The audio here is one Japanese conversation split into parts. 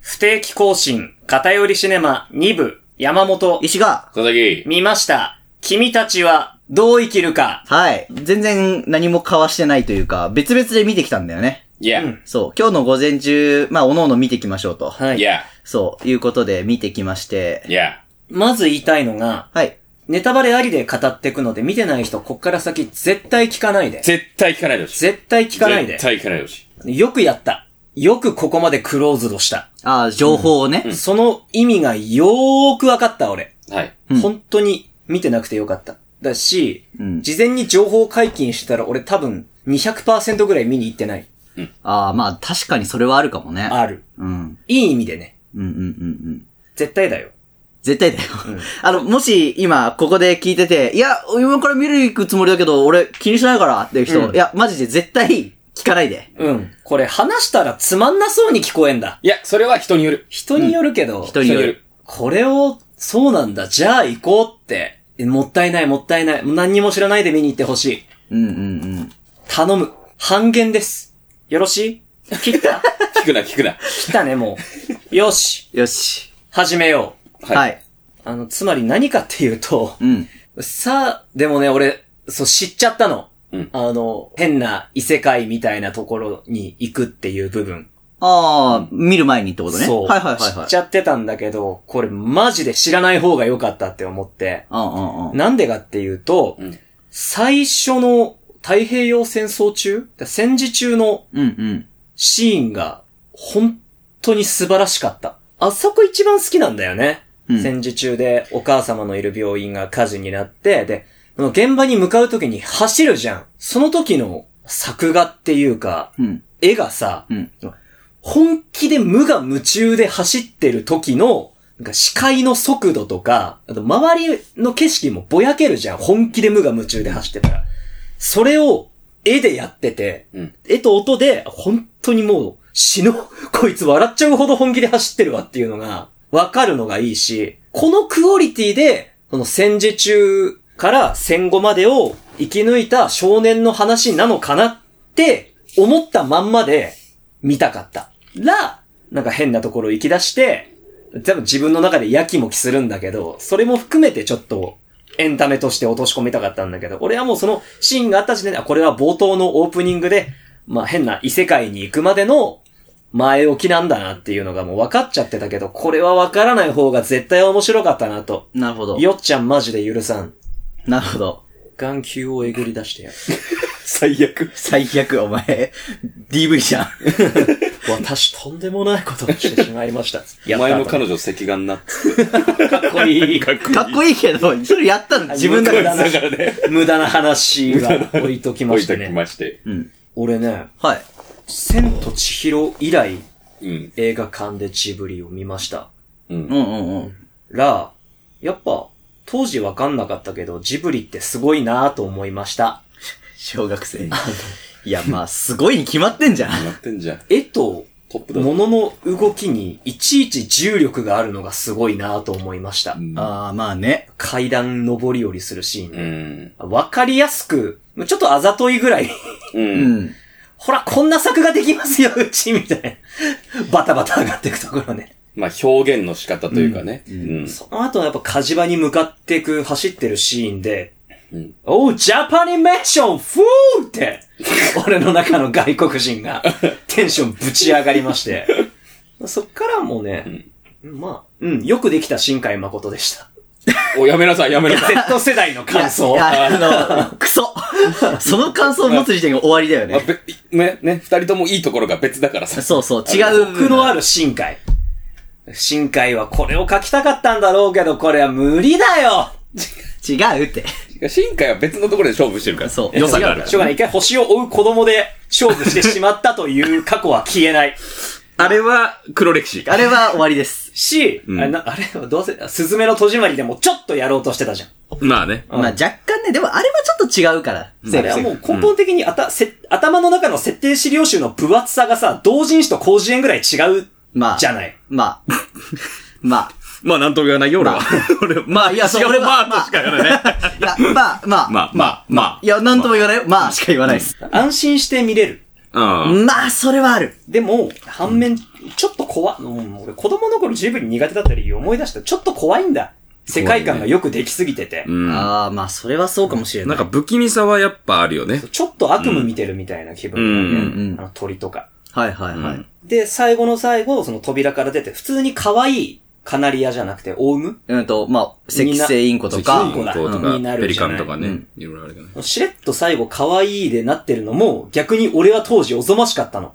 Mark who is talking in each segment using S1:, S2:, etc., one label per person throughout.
S1: 不定期更新、偏りシネマ2部、山本。
S2: 石が、
S3: 佐々木。
S1: 見ました。君たちはどう生きるか。
S2: はい。全然何も交わしてないというか、別々で見てきたんだよね。
S3: いや
S1: う。ん
S2: そう。今日の午前中、まあ、おのおの見てきましょうと。
S1: はい
S3: や。
S2: そう。いうことで見てきまして。
S3: いや。
S1: まず言いたいのが、
S2: はい。
S1: ネタバレありで語ってくので、見てない人、こっから先絶対聞かないで。
S3: 絶対聞かないでほしい。
S1: 絶対聞かないで
S3: 絶。対聞かないでほしい。
S1: よくやった。よくここまでクローズドした。
S2: ああ、情報をね。
S1: その意味がよーくわかった、俺。
S3: はい。
S2: うん
S1: 本当に見てなくてよかった。だし、
S2: うん
S1: 事前に情報解禁してたら俺多分200%ぐらい見に行ってない。
S2: ああ、まあ、確かにそれはあるかもね。
S1: ある。
S2: うん。
S1: いい意味でね。
S2: うんうんうんうん。
S1: 絶対だよ。
S2: 絶対だよ。 あの、もし今、ここで聞いてて、いや、今から見る行くつもりだけど、俺気にしないからっていう人、
S1: うん
S2: いや、マジで絶対聞かないで。
S1: うん。これ話したらつまんなそうに聞こえんだ。
S3: いや、それは人による。
S1: 人によるけど、
S2: 人による。
S1: これを、そうなんだ、じゃあ行こうって。えもったいない、もったいない。もう何にも知らないで見に行ってほしい。
S2: うんうんうん。
S1: 頼む。半減です。よろしい切った
S3: 聞くな、聞くな。
S1: 切ったね、もう。よし。
S2: よし。
S1: 始めよう。
S2: はい。
S3: はい。
S1: あの、つまり何かっていうと、
S2: うん。
S1: さあ、でもね、俺、そう、知っちゃったの。
S3: うん
S1: あの、変な異世界みたいなところに行くっていう部分。
S2: ああ、見る前にってことね。
S1: そう。
S2: はいはいはい
S1: 知
S2: は
S1: っ
S2: い
S1: ち。ゃってたんだけど、これマジで知らない方が良かったって思って。
S2: うんうんうん。
S1: なんでかっていうと、
S3: うん
S1: 最初の太平洋戦争中戦時中の
S2: うんうん。
S1: シーンが本当に素晴らしかった。あそこ一番好きなんだよね。
S2: うん
S1: 戦時中でお母様のいる病院が火事になって、で、この現場に向かう時に走るじゃん。その時の作画っていうか、
S2: うん。
S1: 絵がさ、
S2: うん。
S1: 本気で無我夢中で走ってる時の、なんか視界の速度とか、あと周りの景色もぼやけるじゃん。本気で無我夢中で走ってたら。それを絵でやってて、
S3: うん。
S1: 絵と音で、本当にもう死ぬ、 こいつ笑っちゃうほど本気で走ってるわっていうのが、わかるのがいいし、このクオリティで、その戦時中から戦後までを生き抜いた少年の話なのかなって思ったまんまで見たかった。ら、なんか変なところ行き出して、多分自分の中でやきもきするんだけど、それも含めてちょっとエンタメとして落とし込みたかったんだけど、俺はもうそのシーンがあった時点で、あこれは冒頭のオープニングで、まあ変な異世界に行くまでの前置きなんだなっていうのがもう分かっちゃってたけど、これは分からない方が絶対面白かったなと。
S2: なるほど。
S1: よっちゃんマジで許さん。
S2: なるほど。
S1: 眼球をえぐり出してやる。
S3: 最悪。
S2: 最悪、お前。DV じゃん。
S1: 私とんでもないことをしてしまいました。
S3: お前の彼
S1: 女
S3: 女赤眼な。
S1: かっこいい。
S2: かっこいいけど、それやったの自分だ
S1: 無
S2: か
S1: 駄
S2: ら。
S1: な
S3: だからね。
S1: 無駄な話は置いときま
S3: 置い
S1: して
S3: てき
S1: ね。
S3: まして。
S2: うん。
S1: 俺ね、
S2: はい。
S1: 千と千尋以来
S3: うん。
S1: 映画館でジブリを見ました。
S3: うん
S2: う。んうんうん。
S1: ら、やっぱ、当時わかんなかったけど、ジブリってすごいなぁと思いました。
S2: 小学生。いや、まあ、すごいに決まってんじゃん。
S3: なってんじゃん。
S1: 絵と、
S3: トップだぞ。
S1: 物の動きにいちいち重力があるのがすごいなぁと思いました
S3: う。ん
S2: ああ、まあね。
S1: 階段上り下りするシーン
S3: う
S1: ね。
S3: ん。
S1: わかりやすく、ちょっとあざといぐらい、
S3: う。
S2: うんん。
S1: ほら、こんな作ができますよ、うち、みたいな。バタバタ上がっていくところね。
S3: まあ、表現の仕方というかね。うん。
S1: その後はやっぱ火事場に向かっていく、走ってるシーンで、
S3: うん
S1: おう、ジャパニメーション、フーって、俺の中の外国人 がテンションぶち上がりまして。そっからもうね、まあ、うん、よくできた新海誠でした。
S3: お、やめなさい、やめなさい。
S1: Z 世代の感想
S2: い。や、あの、クソ。その感想を持つ時点が終わりだよ
S3: まあ
S2: ね。
S3: べね、ね、二人ともいいところが別だからさ。
S2: そうそう、違う部
S1: 僕
S2: 分
S1: の
S2: が。
S1: ある新海。新海はこれを書きたかったんだろうけど、これは無理だよ
S2: 違うって。
S3: 新海は別のところで勝負してるから。
S2: そう
S3: 良さがある
S1: しょうがない。一回星を追う子供で勝負してしまったという過去は消えない。
S3: あれは黒歴史。
S2: あれは終わりです。
S1: し、
S3: うん
S1: あれなあれはどうせ、あすずめの戸締まりでもちょっとやろうとしてたじゃん。
S3: まあね。
S1: ん
S2: まあ若干ね、でもあれはちょっと違うから。
S1: それはもう根本的にあた、せ頭の中の設定資料集の分厚さがさ、同人誌と広辞苑ぐらい違う
S2: まあ。
S1: じゃない。
S2: まあ。 まあ。
S3: まあ、なんとも言わないよ、俺は。 俺、まあ、
S2: いやそれは
S3: 俺まあ、としか言わないね。
S2: いや、まあ、まあ。
S3: まあ、まあ、ま
S2: いや、なんとも言わないよ。まあ、しか言わないです。
S1: 安心して見れる。
S3: あ。うん。
S2: まあ、それはある。
S1: でも、反面、ちょっと怖、うん、俺子供の頃ジブリ苦手だった理由思い出した。ちょっと怖いんだ。世界観がよくできすぎてて。
S3: うん。な
S2: ああ、まあ、それはそうかもしれない。
S3: んか、不気味さはやっぱあるよね。
S1: ちょっと悪夢見てるみたいな気分なんで、
S2: うんうん
S1: あの鳥とか。
S2: はいはいはい。
S3: うん
S1: で、最後の最後、その扉から出て、普通に可愛いカナリアじゃなくて、オウム
S2: うんと、まあ、赤星インコと
S1: 赤
S2: か
S1: 星イン、コだ
S3: と
S1: うん
S3: か、ペリカンとか
S2: う
S3: ね
S2: ん。
S3: いろいろあるけどね。
S1: しれっと最後可愛いでなってるのも、逆に俺は当時おぞましかったの。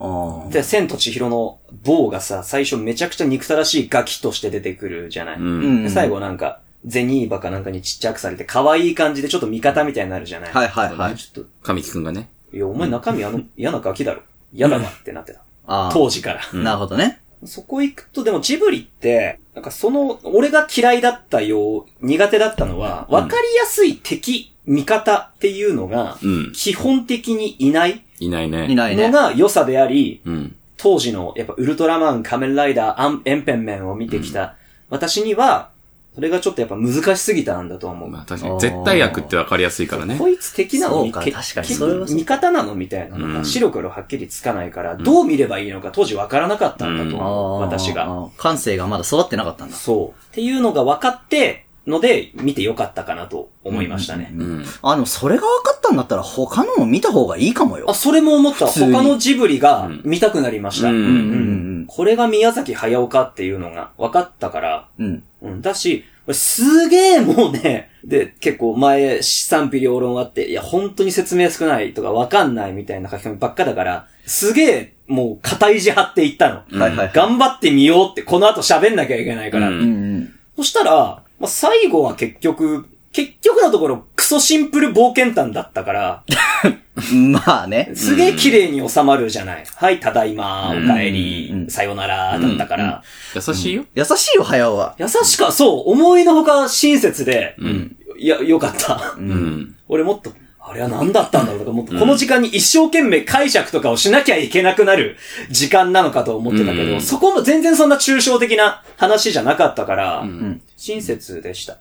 S2: あー
S1: で、千と千尋の棒がさ、最初めちゃくちゃ憎たらしいガキとして出てくるじゃない。
S3: うん。
S1: で最後なんか、ゼニーバかなんかにちっちゃくされて、可愛い感じでちょっと味方みたいになるじゃない。
S2: はいはいはい。
S1: ちょっ
S3: 神木くんがね。
S1: と、いや、お前中身あ の、嫌なガキだろ。嫌だわってなってた。
S2: あ
S1: 当時から。
S2: あ。なるほどね。
S1: そこ行くと、でもジブリって、なんかその、俺が嫌いだったよう、苦手だったのは、
S3: うん
S1: わかりやすい敵、味方っていうのが、
S3: うん。
S1: 基本的にいない
S3: いない
S2: い
S3: ね。
S2: ない
S1: の
S2: ね。
S1: が良さであり、
S3: うん。
S1: 当時の、やっぱウルトラマン、仮面ライダー、アンエンペンメンを見てきた、私には、それがちょっとやっぱ難しすぎたんだと思う。
S3: まあ確かに、絶対悪ってわかりやすいからね
S1: こ。いつ敵なのに、
S2: そうか
S1: け
S2: 確かに
S1: 結
S2: それは
S1: 局
S2: そう
S1: 味方なのみたいなの
S3: う
S1: が
S3: ん
S1: 白黒はっきりつかないから、どう見ればいいのか当時わからなかったんだと
S2: あ
S1: 思う、
S2: ー
S1: 私が。。
S2: あー感性がまだ育ってなかったんだ。
S1: そう。っていうのが分かって、ので、見てよかったかなと思いましたね。
S3: うん。
S2: あ、でもそれが分かったんだったら他のも見た方がいいかもよ
S1: あ、。それも思った。
S2: 普通に
S1: 他のジブリが
S3: うん
S1: 見たくなりました。
S3: うん
S2: うん
S1: これが宮崎駿かっていうのが分かったから、
S2: うん。うん。
S1: うん、だし、俺すげえもうね、 で、結構前、賛否両論あって、いや、本当に説明少ないとか分かんないみたいな書き込みばっかだから、すげえ、もう、固い字張っていったの。
S3: うん
S2: はいはいはい。
S1: 頑張ってみようって、この後喋んなきゃいけないから。
S3: うん
S2: うんうん。
S1: そしたら、まあ、最後は結局、結局のところ、クソシンプル冒険譚だったから、
S2: まあね。
S1: すげえ綺麗に収まるじゃない。はい、ただいま、お
S3: うん
S1: 帰り、
S2: うん
S1: さよなら、だったから、
S3: 優しいよ。
S2: 優しいよ、早尾は。
S1: 優しか、そう、思いのほか親切で、
S3: うん。
S1: いや、よかった。
S2: う
S3: う。ん。
S1: 俺もっと、あれは何だったんだろうとか、もっとこの時間に一生懸命解釈とかをしなきゃいけなくなる時間なのかと思ってたけど、
S3: うん
S1: そこも全然そんな抽象的な話じゃなかったから、
S3: うん
S1: 親切でした。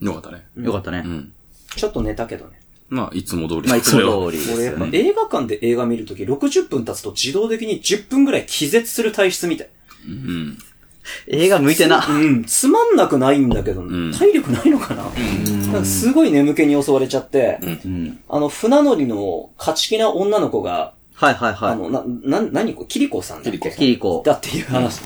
S3: よかったね。
S2: よかった
S3: う
S2: ね。
S3: ん。
S1: ちょっと寝たけどね。
S3: まあ、いつも通り
S2: まあ、いつ
S3: それは
S2: も通りです
S1: 俺やっ
S2: よ
S1: ぱ
S2: ね。
S1: 映画館で映画見るとき60分経つと自動的に10分ぐらい気絶する体質みたい。
S3: うん。
S2: 映画向いてな。
S1: うん。つまんなくないんだけど、
S3: ん
S1: 体力ないのかな、なんかすごい眠気に襲われちゃって、
S2: うん。
S1: あの、船乗りの勝ち気な女の子が、
S2: はいはい
S1: あ
S2: は
S1: の、な、な、何子キリコさんだっけ
S2: い。キリコ。
S1: だっていう話。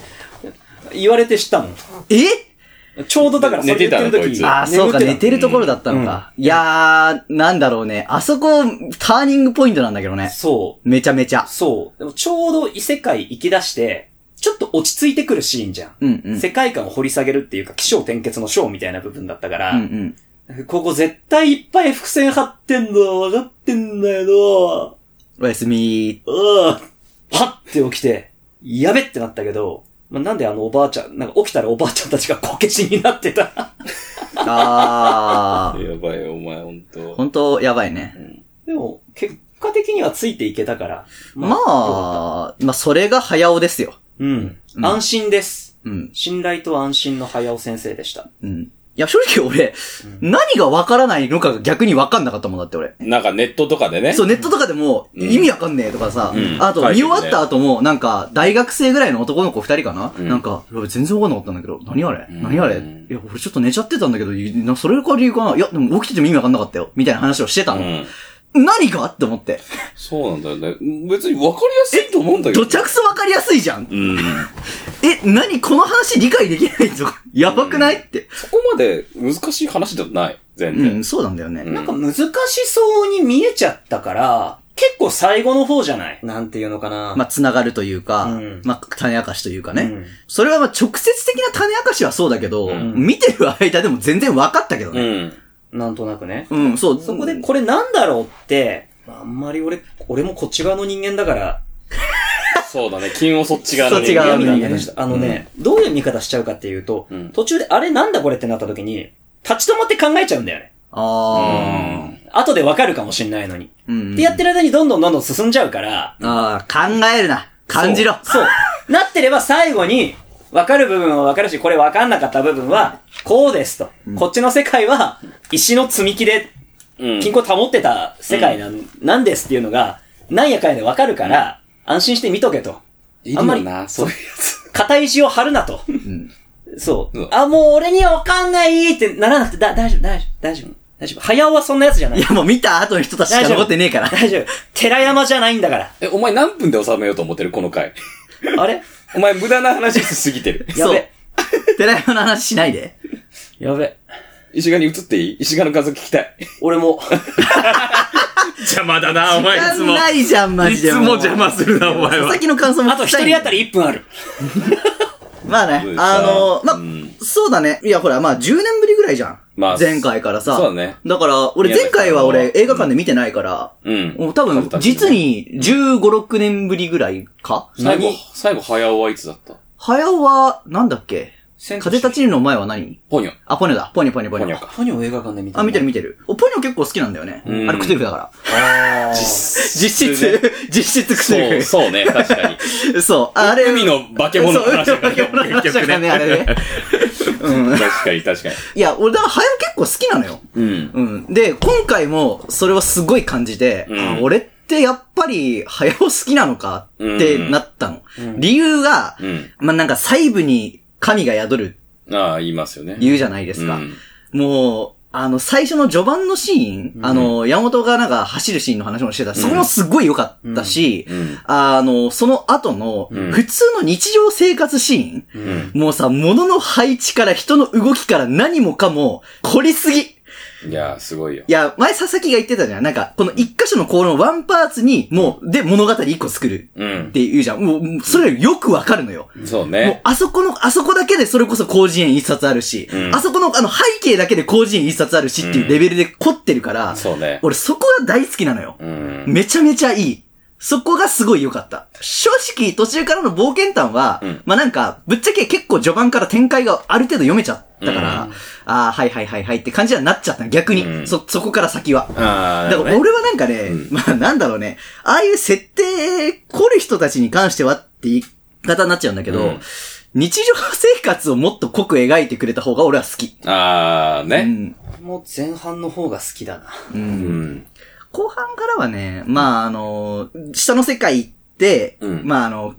S1: 言われて知ったもん。
S2: え
S1: ちょうどだからそれ言ってる
S3: 寝てたのこ
S1: 時
S3: い
S1: に
S3: つ
S2: ああ、そうか、寝てるところだったのか。いやー、なんだろうね。あそこ、ターニングポイントなんだけどね。
S1: そう。
S2: めちゃめちゃ。
S1: そう。でもちょうど異世界行き出して、ちょっと落ち着いてくるシーンじゃん。
S2: うんうん。
S1: 世界観を掘り下げるっていうか、気象転結のショーみたいな部分だったから、
S2: うん
S1: ここ絶対いっぱい伏線張ってんのは分かってんだけど、
S2: うん。おやすみ
S1: うーはって起きて、やべってなったけど、まあ、なんであのおばあちゃん、なんか起きたらおばあちゃんたちがこけしになって た。
S2: あ ー。
S3: やばいよ、お前、ほんと。
S2: ほんと、やばいね。
S1: でも、結果的にはついていけたから。
S2: まあ、まあ、それが早尾ですよ。
S1: うん。
S2: うん
S1: 安心です。
S2: うん。
S1: 信頼と安心の早尾先生でした。
S2: うん。いや、正直俺、何がわからないのかが逆にわかんなかったもんだって俺。
S3: なんかネットとかでね。
S2: そう、ネットとかでも、
S3: うん
S2: 意味わかんねえとかさ、
S3: うん
S2: あと、
S3: 書いて
S2: 見終
S3: るね
S2: わった後も、なんか、大学生ぐらいの男の子二人かな、
S3: ん
S2: なんか、俺全然わかんなかったんだけど、何あれ
S3: うん
S2: 何あれいや、俺ちょっと寝ちゃってたんだけど、いなそれから理由かないや、でも起きてても意味わかんなかったよ。みたいな話をしてた
S3: う
S2: の。
S3: ん。
S2: 何がって思って。
S3: そうなんだよね。別に分かりやすいと思うんだけど。
S2: どちゃくそわかりやすいじゃん。
S3: うん。
S2: え、何この話理解できないぞ。やばくないって。
S3: そこまで難しい話ではない。全
S2: うん、
S3: 然。
S2: そうなんだよね。
S3: うん
S1: なんか難しそうに見えちゃったから、結構最後の方じゃないなんていうのかな。
S2: まあ、繋がるというか、
S1: うん
S2: まあ、種明かしというか
S1: あ
S2: ね。それはまあ直接的な種明かしはそうだけど、
S3: うん
S2: 見てる間でも全然分かったけど
S3: う
S2: ね。
S3: ん。
S1: なんとなくね。
S2: うん、そう。
S1: そこで、これなんだろうって、あんまり俺、俺もこっち側の人間だから、
S3: そうだね。金をそっち側
S2: そっち側
S1: 嫌
S2: の
S1: み
S2: 人間
S1: な見方したあのね、どういう見方しちゃうかっていうと、
S3: うん
S1: 途中であれなんだこれってなった時に、立ち止まって考えちゃうんだよね。
S2: あ
S1: 後でわかるかもしんないのに。
S2: ー。うん。
S1: で、やってる間にどんどんどんどん進んじゃうから、
S2: あー、考えるな。感じろ。
S1: そう。そうなってれば最後に、分かる部分は分かるし、これ分かんなかった部分は、こうですと。こっちの世界は、石の積み木で、
S3: うん。
S1: 均衡保ってた世界なん,、なんですっていうのが、なんやかんやで分かるから、安心して見とけと。
S3: い
S1: あ
S3: る
S1: んま
S3: よ
S1: り
S3: な、そういうやつ。
S1: 肩石を張るなと。
S2: うん。
S1: そう
S3: うん。
S1: あ、もう俺にはわかんないってならなくて、だ、大丈夫、大丈夫、大丈夫。大丈夫。早尾はそんなやつじゃないい。
S2: や、もう見た後の人たちしか残ってね えから。
S1: 大丈夫。寺山じゃないんだから。
S3: え、お前何分で収めようと思ってるこの回。
S1: あれ
S3: お前無駄な話しすぎてる。
S1: や
S2: そう
S1: べ。
S2: 寺山の話しないで。
S1: やべ。
S3: 石川に移っていい石川の感想聞きたい。
S1: 俺も。
S4: 邪魔だな、お前いつも。
S2: ないじゃん、マ
S4: い
S2: ジで。
S4: つも邪魔するな、お前
S2: 佐
S4: は
S2: 々。木の感想 も
S1: あと一人当たり1分ある。
S2: まあ
S3: そう
S2: ね
S3: で、すか
S2: あの、まあ、
S3: うん
S2: そうだね。いや、ほら、まあ、10年ぶりぐらいじゃん。
S3: まあ
S2: 前回からさ。
S3: そうだね
S2: だから、俺前回は
S3: 宮
S2: 俺
S3: 崎さんは
S2: 映画館で見てないから、
S3: うん。
S2: もう多分、実に15、6年ぶりぐらいか
S3: 最後
S1: 何、
S3: 最後、早尾はいつだった
S2: 早尾は、なんだっけ
S3: 千
S2: 風立ちぬの前は何
S3: ポニョ。
S2: あ、ポニョだ。ポニョポニョポニ
S3: ポニ
S2: ョ
S3: ョ。か。
S1: ポニョを映画館で見て
S2: あ、見てる見てる。おポニョ結構好きなんだよね。あ
S3: うん
S2: れクセルフだから。
S1: あ
S2: 実質
S3: 質、
S2: 実質クセ
S3: そう、そ
S2: ル
S3: うね、確かに。
S2: フ。そう、 あれ。
S3: 海の化け物の話
S2: そう
S3: だ
S2: 海の
S3: か
S2: 化
S3: らね。
S2: け物 の話だからね、あれね。う ん。
S3: 確かに、確かに。
S2: いや、俺、だから、早尾結構好きなのよ。
S3: うん。
S2: うん。で、今回も、それはすごい感じて、
S3: うん
S2: あ俺ってやっぱり、早尾好きなのかってなったの。
S1: ん
S2: 理由が、
S3: うん。
S2: まあ、なんか細部に神が宿る
S3: ああ、言いますよね。
S2: 言うじゃないですか。
S3: うん
S2: もう、あの、最初の序盤のシーン、あの、山本がなんか走るシーンの話もしてた。そこもすごい良かったし、
S3: うん。
S2: あの、その後の、
S3: うん
S2: 普通の日常生活シーン、
S3: うん。
S2: もうさ、物の配置から人の動きから何もかも、凝りすぎ。
S3: いや、すごいよ
S2: い。や、前佐々木が言ってたじゃん。なんか、この一箇所のコールのワンパーツに、もう、で、物語一個作る
S3: う
S2: っ
S3: ん。
S2: ていうじゃん。もうもう、それよくわかるのよ。
S3: そう
S2: もう
S3: ね、。
S2: あそこの、あそこだけでそれこそ工事園一冊あるし、
S3: うん
S2: あそこの、あの、背景だけで工事園一冊あるしっていうレベルで凝ってるから、
S3: そうね。
S2: 俺そこが大好きなのよ。
S3: うん。
S2: めちゃめちゃいい。そこがすごい良かった。正直、途中からの冒険譚は、
S3: うん
S2: まあなんか、ぶっちゃけ結構序盤から展開がある程度読めちゃったから、ああ、はいはいはいはいって感じにはなっちゃったの逆に、
S3: うん
S2: そ、そこから先は。
S3: ああ、
S2: だから俺はなんかね、
S3: う
S2: まあなんだろうね、ああいう設定凝る人たちに関してはって言い方になっちゃうんだけど、
S3: うん
S2: 日常生活をもっと濃く描いてくれた方が俺は好き。
S3: ああ、
S2: う
S3: ね。
S2: ん。
S1: もう前半の方が好きだな。
S2: う。
S3: うんん。
S2: 後半からはね、まああの、下の世界行って、
S3: うん
S2: まああの、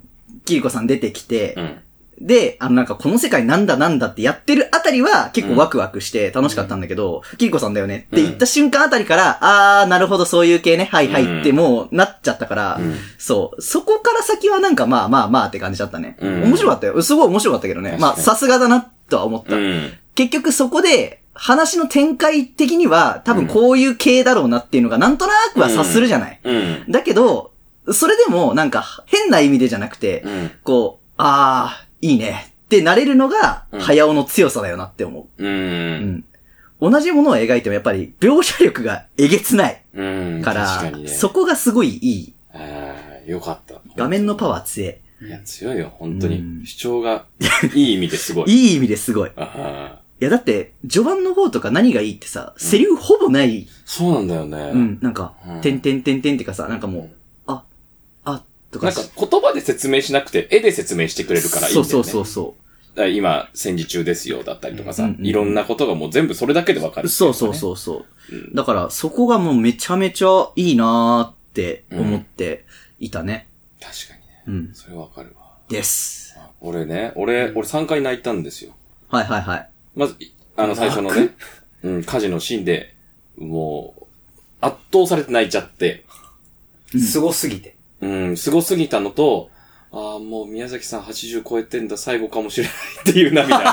S2: キリコさん出てきて、
S3: うん。
S2: で、あのなんかこの世界なんだなんだってやってるあたりは結構ワクワクして楽しかったんだけど、キリコさんだよねって言った瞬間あたりから、あー、なるほどそういう系ね、はいは
S3: うん
S2: いってもうなっちゃったから、
S3: うん
S2: そう、そこから先はなんかまあまあまあって感じだったね。
S3: うん
S2: 面白かったよ。すごい面白かったけどね。
S3: 確か
S2: ま
S3: に
S2: あさすがだなとは思った。
S3: うん。
S2: 結局そこで話の展開的には多分こういう系だろうなっていうのがなんとなくは察するじゃない。
S3: うん。
S2: だけど、それでもなんか変な意味でじゃなくて、
S3: うん。
S2: こう、ああ、いいねってなれるのが、
S3: うん
S2: 早尾の強さだよなって思
S3: う。
S2: う。うんん。同じものを描いてもやっぱり描写力がえげつない
S3: うん。
S2: から、
S3: 確かにね。
S2: そこがすごいいい。
S3: ああ、よかった。
S2: 画面のパワー強い。
S3: いや、強いよ、本当
S2: うん
S3: に。主張が、いい意味です ごい。
S2: いい意味ですごい。い
S3: ああ、
S2: やだって、序盤の方とか何がいいってさ、セリフほぼない。
S3: そうなんだよね。
S2: うん、なんか
S3: う、ん
S2: てんてんてんてんってかさ、なんかもう、あ、あ、と
S3: な
S2: か
S3: んか言葉で説明しなくて、絵で説明してくれるからいいんだ
S2: そ
S3: よ
S2: う
S3: ね。
S2: そうそうそ
S3: だから今、戦時中ですよ、だったりとかさ、
S2: うんうんうん
S3: いろんなことがもう全部それだけでわかる、
S2: う。そうそう
S3: う。
S2: そうそ
S3: う
S2: う。
S3: ん
S2: だから、そこがもうめちゃめちゃいいなーって思っていたね。
S3: 確かにね。
S2: うん。
S3: それわかるわ。
S2: です。
S3: あ俺ね、俺、俺3回泣いたんですよ。
S2: はいはいはい。
S3: まず、いあの最初のね、うん、火事のシーンで、もう、圧倒されて泣いちゃって、
S1: 凄すぎて。
S3: うん、凄すぎたのと、ああ、もう宮崎さん80超えてんだ、最後かもしれないっていう涙。
S2: それ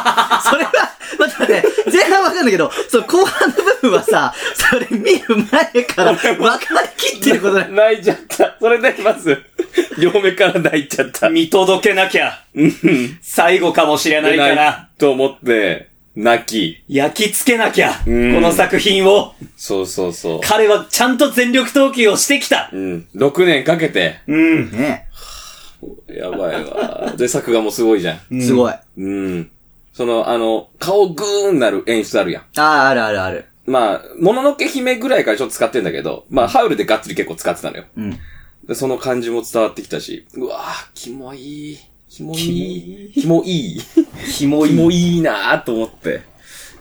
S2: は、 待って待って、前半わかんだけど、その後半の部分はさ、それ見る前から分かりきってることだ よ。
S3: 泣いちゃった。それで、まず、 両目から泣いちゃった。
S1: 見届けなきゃ。最後かもしれないか
S3: な
S1: ら。
S3: いと思って、泣き。
S1: 焼き付けなきゃ。こ
S3: うん
S1: の作品を。
S3: そうそうそ
S1: 彼はちゃんと全力投球をしてきた
S3: う。。うん。6年かけて。
S1: うん。
S2: ね
S3: やばいわ。で、作画もすごいじゃん。
S2: すごい。あ
S3: うん。その、あの、顔グーンなる演出あるやん。
S2: あ、あるあるある。
S3: まあ、もののけ姫ぐらいからちょっと使ってんだけど、まあ、ハウルでがっつり結構使ってたのよ。
S2: うん。
S3: で、その感じも伝わってきたし、うわぁ、キモい。キモい。キモい。
S1: キモ
S3: キ
S1: い。
S3: モいなぁと思って。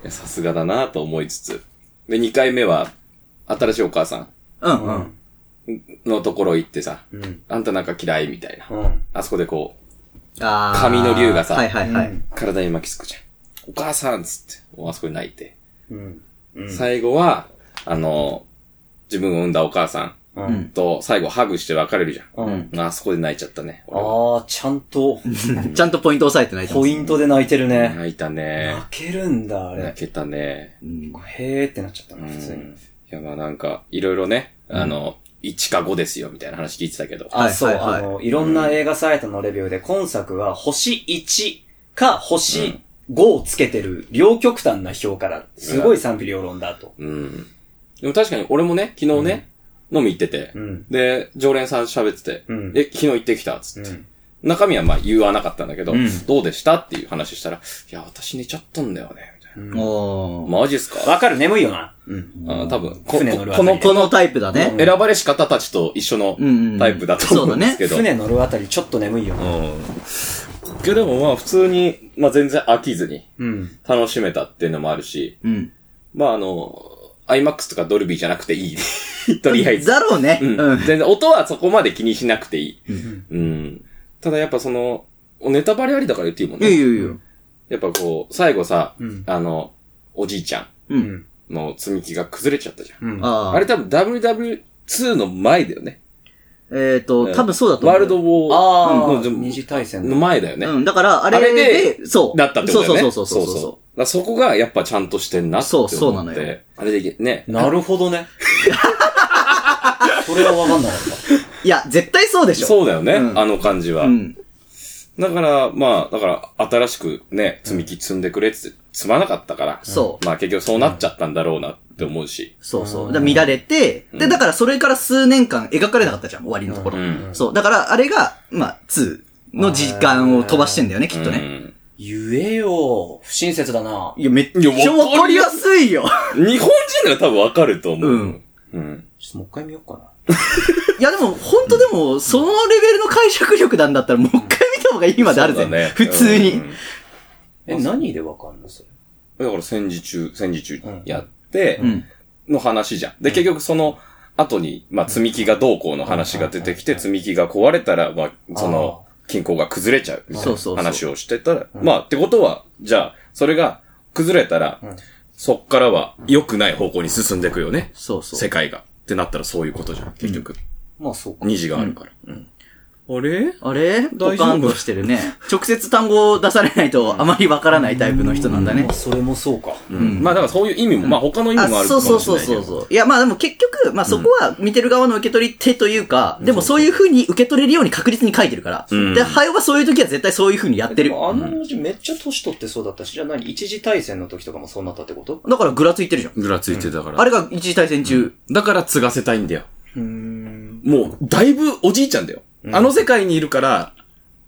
S3: いやさすがだなぁと思いつつ。で、2回目は、新しいお母さ
S2: うんうん。
S3: んのところ行ってさ、
S1: うん。
S3: あんたなんか嫌いみたいな。
S1: うん。
S3: あそこでこう、
S2: あー
S3: 髪の竜がさ
S2: はいはいはい。
S1: うん
S3: 体に巻きつくじゃん。お母さんっつって、おあそこに泣いて。
S1: うん。うん。
S3: 最後は、あの、自分を産んだお母さ
S1: うんん。
S3: んと最後ハグして別れるじゃ
S1: うん。
S3: ん。あそこで泣いちゃったね。俺は
S1: ああ、ちゃんと、
S2: ちゃんとポイント押さえてないと
S1: ポイントで泣いてるね。
S3: 泣いたね
S1: 泣。けるんだ、あれ
S3: 泣。けたね。
S2: うん
S1: へーってなっちゃった
S3: う
S1: な、
S3: ん
S1: 普通に。
S3: いや、まあなんか、いろいろね、あの、1か5ですよ、みたいな話聞いてたけど。
S1: あ、そう、
S2: はいはいはい
S1: あの、いろんな映画サイトのレビューで、今作は星1か星5をつけてる両極端な評価だ。すごい賛否両論だと。
S3: うん。でも確かに俺もね、昨日ね、飲み行ってて、
S1: うん。
S3: で、常連さん喋ってて、
S1: うん
S3: え、昨日行ってきた、つ
S1: う
S3: って。
S1: ん。
S3: 中身はまあ言わなかったんだけど、
S4: うん
S3: どうでしたっていう話したら、いや、私寝ちゃったんだよね、みたい
S1: うん
S2: おー
S3: な。マジっすか
S1: わかる、眠いよな。うん。
S3: あ多分こ、こ
S1: 船乗る
S3: この、
S1: あた
S2: こ
S3: この、
S2: のタイプだね。
S3: 選ばれし方たちと一緒の
S2: うんうんうん
S3: タイプだと思うんですけど。
S1: 船乗るあたりちょっと眠いよな。
S3: うん。けどもまあ普通に、まあ全然飽きずに
S1: うん。
S3: 楽しめたっていうのもあるし、
S2: うん。
S3: まああの、IMAX とかドルビーじゃなくていい。 とりあえず。
S2: だろうね。
S3: うん。
S2: うん。
S3: 全然音はそこまで気にしなくていい。
S1: うん。
S3: うん。ただやっぱその、ネタバレありだから言っていいもん
S2: いやいや
S3: ね。
S2: いや。
S3: やっぱこう、最後さ、
S1: うん
S3: あの、おじいちゃ
S2: う。
S1: うんん。
S3: んの積み木が崩れちゃったじゃん。
S1: うん。
S2: あ
S3: あ
S2: あ
S3: れ多分 WW2 の前だよね。
S2: え
S3: う
S2: っと、
S3: ん
S2: 多分そうだと思う。
S3: ワールドウォー
S1: あ
S3: うん
S1: ー、
S3: でも
S1: 二次大戦
S3: の
S1: の。
S3: 前だよね。
S2: うん。だから、あれ
S3: あれ
S2: で、そう。
S3: だったってことだよね。
S2: そうそうそうそう
S3: だか
S2: そ
S3: らそこがやっぱちゃんとしてんなって思って。
S2: そうそうなのよ
S3: あれで、ね。
S1: なるほどね。それはわかんなかっ
S2: う。いや、絶対そうでしょ。
S3: そうだよね、
S2: うん
S3: あの感じは、
S2: うん。
S3: だから、まあ、だから、新しくね、積み木積んでくれって言って積まなかったから。
S2: そう
S3: まあ結局そうなっちゃったんだろうなって思うし。
S2: そうそうう。
S1: ん
S2: だから乱れて、
S3: うん
S2: で、だからそれから数年間描かれなかったじゃん、終わりのところ。
S3: うん
S2: そう。だから、あれが、まあ、2の時間を飛ばしてんだよね、きっとね。
S1: 言えよ。不親切だな。
S2: いや、めっ
S3: いや
S2: ちゃわかりやすいよ。
S3: うん。日本人なら多分わかると思う。
S2: うん。
S3: うん。
S1: ちょっともう一回見ようかな。
S2: いや、でも、ほんとでも、そのレベルの解釈力なんだったら、もう一回見た方がいいまである
S3: そ
S2: ぜ
S3: うだね。
S2: 普通
S3: う
S2: に
S3: ん。
S1: え、何でわかんのそれ。
S3: だから戦時中、戦時中
S1: うん
S3: やって
S2: う、ん。
S3: の話じゃん。で、結局その後に、まあ、積み木がどうこうの話が出てきて、積み木が壊れたら、まあ、その、均衡が崩れちゃうみたい
S2: そう
S3: な
S2: そうそう
S3: 話をしてたら、
S1: うん
S3: まあ、ってことは、じゃあ、それが崩れたら
S1: うん、
S3: そっからは良くない方向に進んでいくよね。
S2: そうそう。
S3: 世界が。ってなったらそういうことじゃん。結局、
S1: まあそうか。
S3: 虹があるから。うんあれ
S2: あれポ
S3: 大丈夫
S2: カンとしてるね。直接単語を出されないとあまりわからないタイプの人なんだね
S1: まあ。それもそうか。
S3: うんまあ、だからそういう意味も、まあ、他の意
S2: あ
S3: 味もあるか
S2: そう
S3: も
S2: そう
S3: しれ
S2: そう
S3: ないけ
S2: そ
S3: ど。
S2: うそう。いや、まあでも結局、まあそこは見てる側の受け取り手というか、でもそういう風に受け取れるように確実に書いてるから。
S3: うん
S2: で、ハヨはそういう時は絶対そういう風にやって
S1: で
S2: る。
S1: もあの文字めっちゃ年取ってそうだったし、じゃあ何一次大戦の時とかもそうなったってこと
S2: だからぐらついてるじゃん。
S3: ぐらついてたから。
S2: あれが一次大戦中。
S3: だから継がせたいんだよ。
S1: うーん。
S3: もう、だいぶおじいちゃんだよ。あの世界にいるから、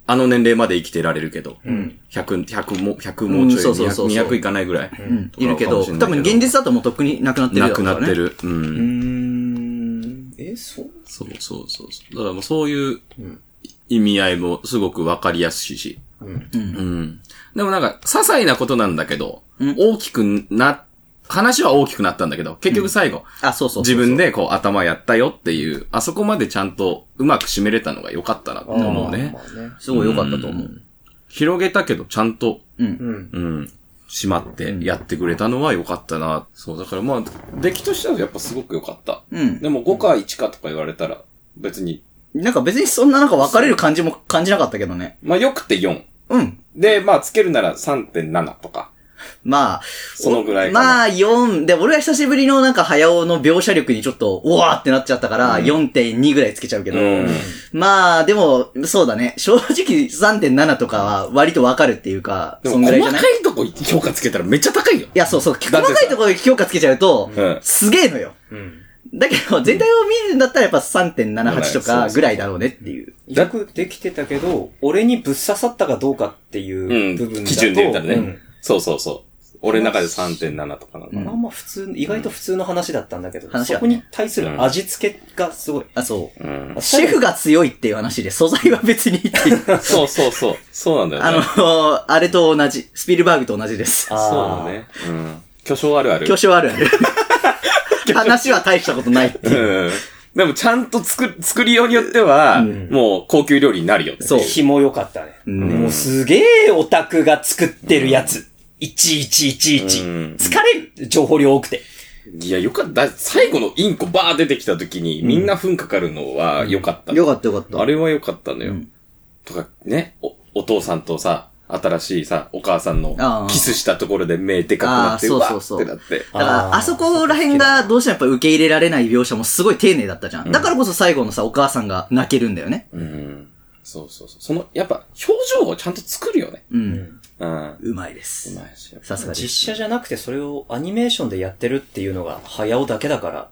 S3: あの年齢まで生きてられるけど。
S1: うん。
S3: 100、100も、100もうちょい、
S2: うんそうそうそうそう
S3: 200 200いかないぐらい。
S2: うん。
S3: と
S2: い
S3: か
S2: るけど、
S3: かもしん
S2: 多
S3: ない
S2: 分現実だともうとっくになくなってる
S3: な
S2: だろ
S3: く
S2: うから
S3: な
S2: ね
S3: って。る。う
S1: うー
S3: ん。
S1: ん。え、そう
S3: そうそうそうそう。だからもうそういう
S1: うん
S3: 意味合いもすごくわかりやすいし。
S1: うん。
S3: うん。でもなんか、些細なことなんだけど
S2: うん、
S3: 大きくな、話は大きくなったんだけど、結局最後、
S2: あ、そうそうそうそ
S3: 自
S2: う。
S3: 分でこう頭やったよっていう、あそこまでちゃんとうまく締めれたのが良かったなって思うね。
S1: あーまあね。
S2: すごい良かったと思う。
S3: 広げたけど、ちゃんと
S2: うん。
S1: うん。
S3: うん。しまってやってくれたのは良かったな。そう、だからまあ、出来としてはやっぱすごく良かった。
S2: うん。
S3: でも5か1かとか言われたら、別に、
S2: なんか別にそんななんか分かれる感じも感じなかったけどね。
S3: まあ良くて4。
S2: うん。
S3: で、まあつけるなら3.7とか、
S2: まあ、
S3: そのぐらいかな。
S2: まあ4、で、俺は久しぶりのなんか早尾の描写力にちょっと、うわーってなっちゃったから、4.2ぐらいつけちゃうけど、
S3: うん。
S2: まあ、でも、そうだね。正直3.7とかは割とわかるっていうか、
S3: で
S2: そん
S3: も
S2: ぐらいじゃ
S3: 細
S2: な
S3: か
S2: い
S3: いとこ評価つけたらめっちゃ高いよ。
S2: いや、そうそう。細
S3: さ
S2: かいところで評価つけちゃうと、
S3: うん
S2: すげえのよ。
S1: うん。
S2: だけど、全体を見るんだったらやっぱ3.78とかぐらいだろうねっていう。
S1: よくできてたけど、俺にぶっ刺さったかどうかって
S3: う。
S1: いうん部分だと、
S3: 基準で言ったらね。
S1: うん
S3: そうそうそう。俺の中で3.7とかなのか
S1: ま
S3: な
S1: あ。まあ普通、意外と普通の話だったんだけど、
S2: 話
S1: そ
S2: はね
S1: こに対する味付けがすごい。
S2: あ、そう。
S3: うん。
S2: シェフが強いっていう話で、素材は別にっていう。
S3: そうそうそう。そうなんだよね。
S2: あのあれと同じ。スピルバーグと同じです。
S1: あ
S3: そうだね。うん。巨匠あるある。
S2: 巨匠あるある。話は大したことないってい
S3: う
S2: う。
S3: ん。でもちゃんと作、作りようによっては、
S2: うん
S3: もう高級料理になるよっていう
S2: そう
S1: 日も良かったね。
S2: うん
S1: もうすげえオタクが作ってるやつ。1111。
S3: うん
S1: 疲れる情報量多くて。
S3: いや、よかった。最後のインコバー出てきた時に、みんな糞かかるのはよかった。
S2: よかったよかった。
S3: あれはよかったのよ。
S2: うん
S3: とか、ね、お、お父さんとさ、新しいさ、お母さん
S2: あ
S3: の
S2: あ
S3: キスしたところで目でかくなって、
S2: ああ
S3: うわ
S2: そう
S3: ーっ
S2: そう
S3: て
S2: そう
S3: なって。
S2: だから、
S1: あー
S2: あそこら辺がどうしてもやっぱ受け入れられない描写もすごい丁寧だったじゃん。だからこそ最後のさ、お母さんが泣けるんだよね。
S3: うん。そうそうそう。その、やっぱ、表情をちゃんと作るよね。
S2: うん。
S3: うん。う
S2: うまいです。
S3: まいし。
S2: さすがです。
S1: 実写じゃなくてそれをアニメーションでやってるっていうのが、早尾だけだから、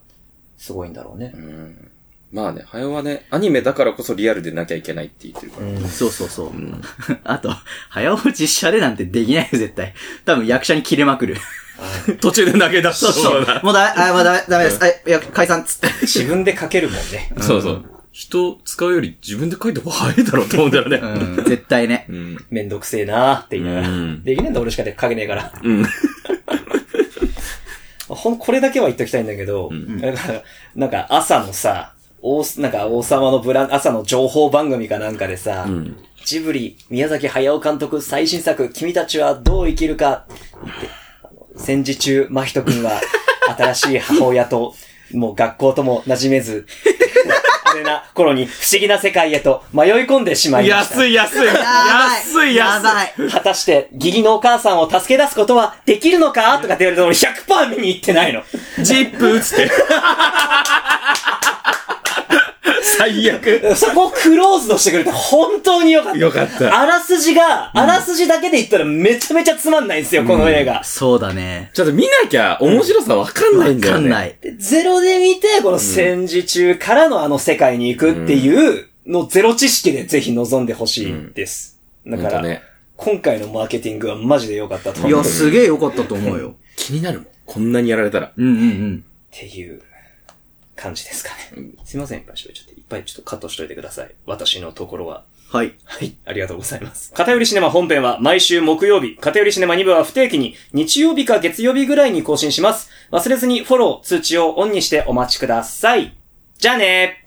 S1: すごいんだろうね
S3: う。ん。まあね、早はね、アニメだからこそリアルでなきゃいけないって言ってるから。
S2: そうそうそう。 あと、早尾実写でなんてできないよ、絶対。多分役者に切れまくる。
S4: 途中で投げ出し
S2: そうそう。もうダメ、あ、もうダメ、ダメです。あ、いや、解散っつって。
S1: 自分で書けるもんね。
S4: そうそう。人使うより自分で書いた方が早いだろうと思うんだよね。
S2: うん、絶対ね。
S4: うん。
S1: めんどくせえなーって言いな
S4: う
S1: がら。
S4: ん
S1: できねえんだ俺しかで書けねえから。
S4: うん。
S1: ほん、これだけは言っときたいんだけど、だから、なんか朝のさ、王、なんか王様のブラン、朝の情報番組かなんかでさ、ジブリ、宮崎駿監督最新作、君たちはどう生きるか、ってあの戦時中、真人君は、新しい母親と、 もう学校とも馴染めず、 あれな頃に不思議な世界へと迷い込んでしまいました。
S4: 安い安い安い
S2: やば
S4: 安い
S2: い。
S1: 果たして、義理のお母さんを助け出すことはできるのかとかって言われて俺100%見に行ってないの。
S4: ジップつって。 最悪。
S1: そこをクローズドしてくれて本当によかった。
S4: よかった
S1: あらすじが、あらすじだけで言ったらめちゃめちゃつまんないんですよ、この映画。
S2: そうだね。
S4: ちょっと見なきゃ面白さわかんない
S2: わ
S4: んだよ
S2: か
S4: ね。
S2: んない。
S1: ゼロで見て、この戦時中からのあの世界に行くっていうのゼロ知識でぜひ望んでほしいです。だ
S3: ほん
S1: か
S3: と
S1: ら、
S3: ね。
S1: 今回のマーケティングはマジで良かったと
S2: い
S1: 思う。
S2: や、
S1: っ
S2: すげえ良かったと思うよ。
S4: 気になるもん。
S3: こんなにやられたら。
S2: うんうんうん。
S1: ていう感じですかね。すいません、いっぱい喋っちゃって。いっぱいちょっとカットしといてください。私のところは。
S2: はい。
S1: はい、ありがとうございます。片寄りシネマ本編は毎週木曜日、片寄りシネマ2部は不定期に日曜日か月曜日ぐらいに更新します。忘れずにフォロー、通知をオンにしてお待ちください。じゃあねー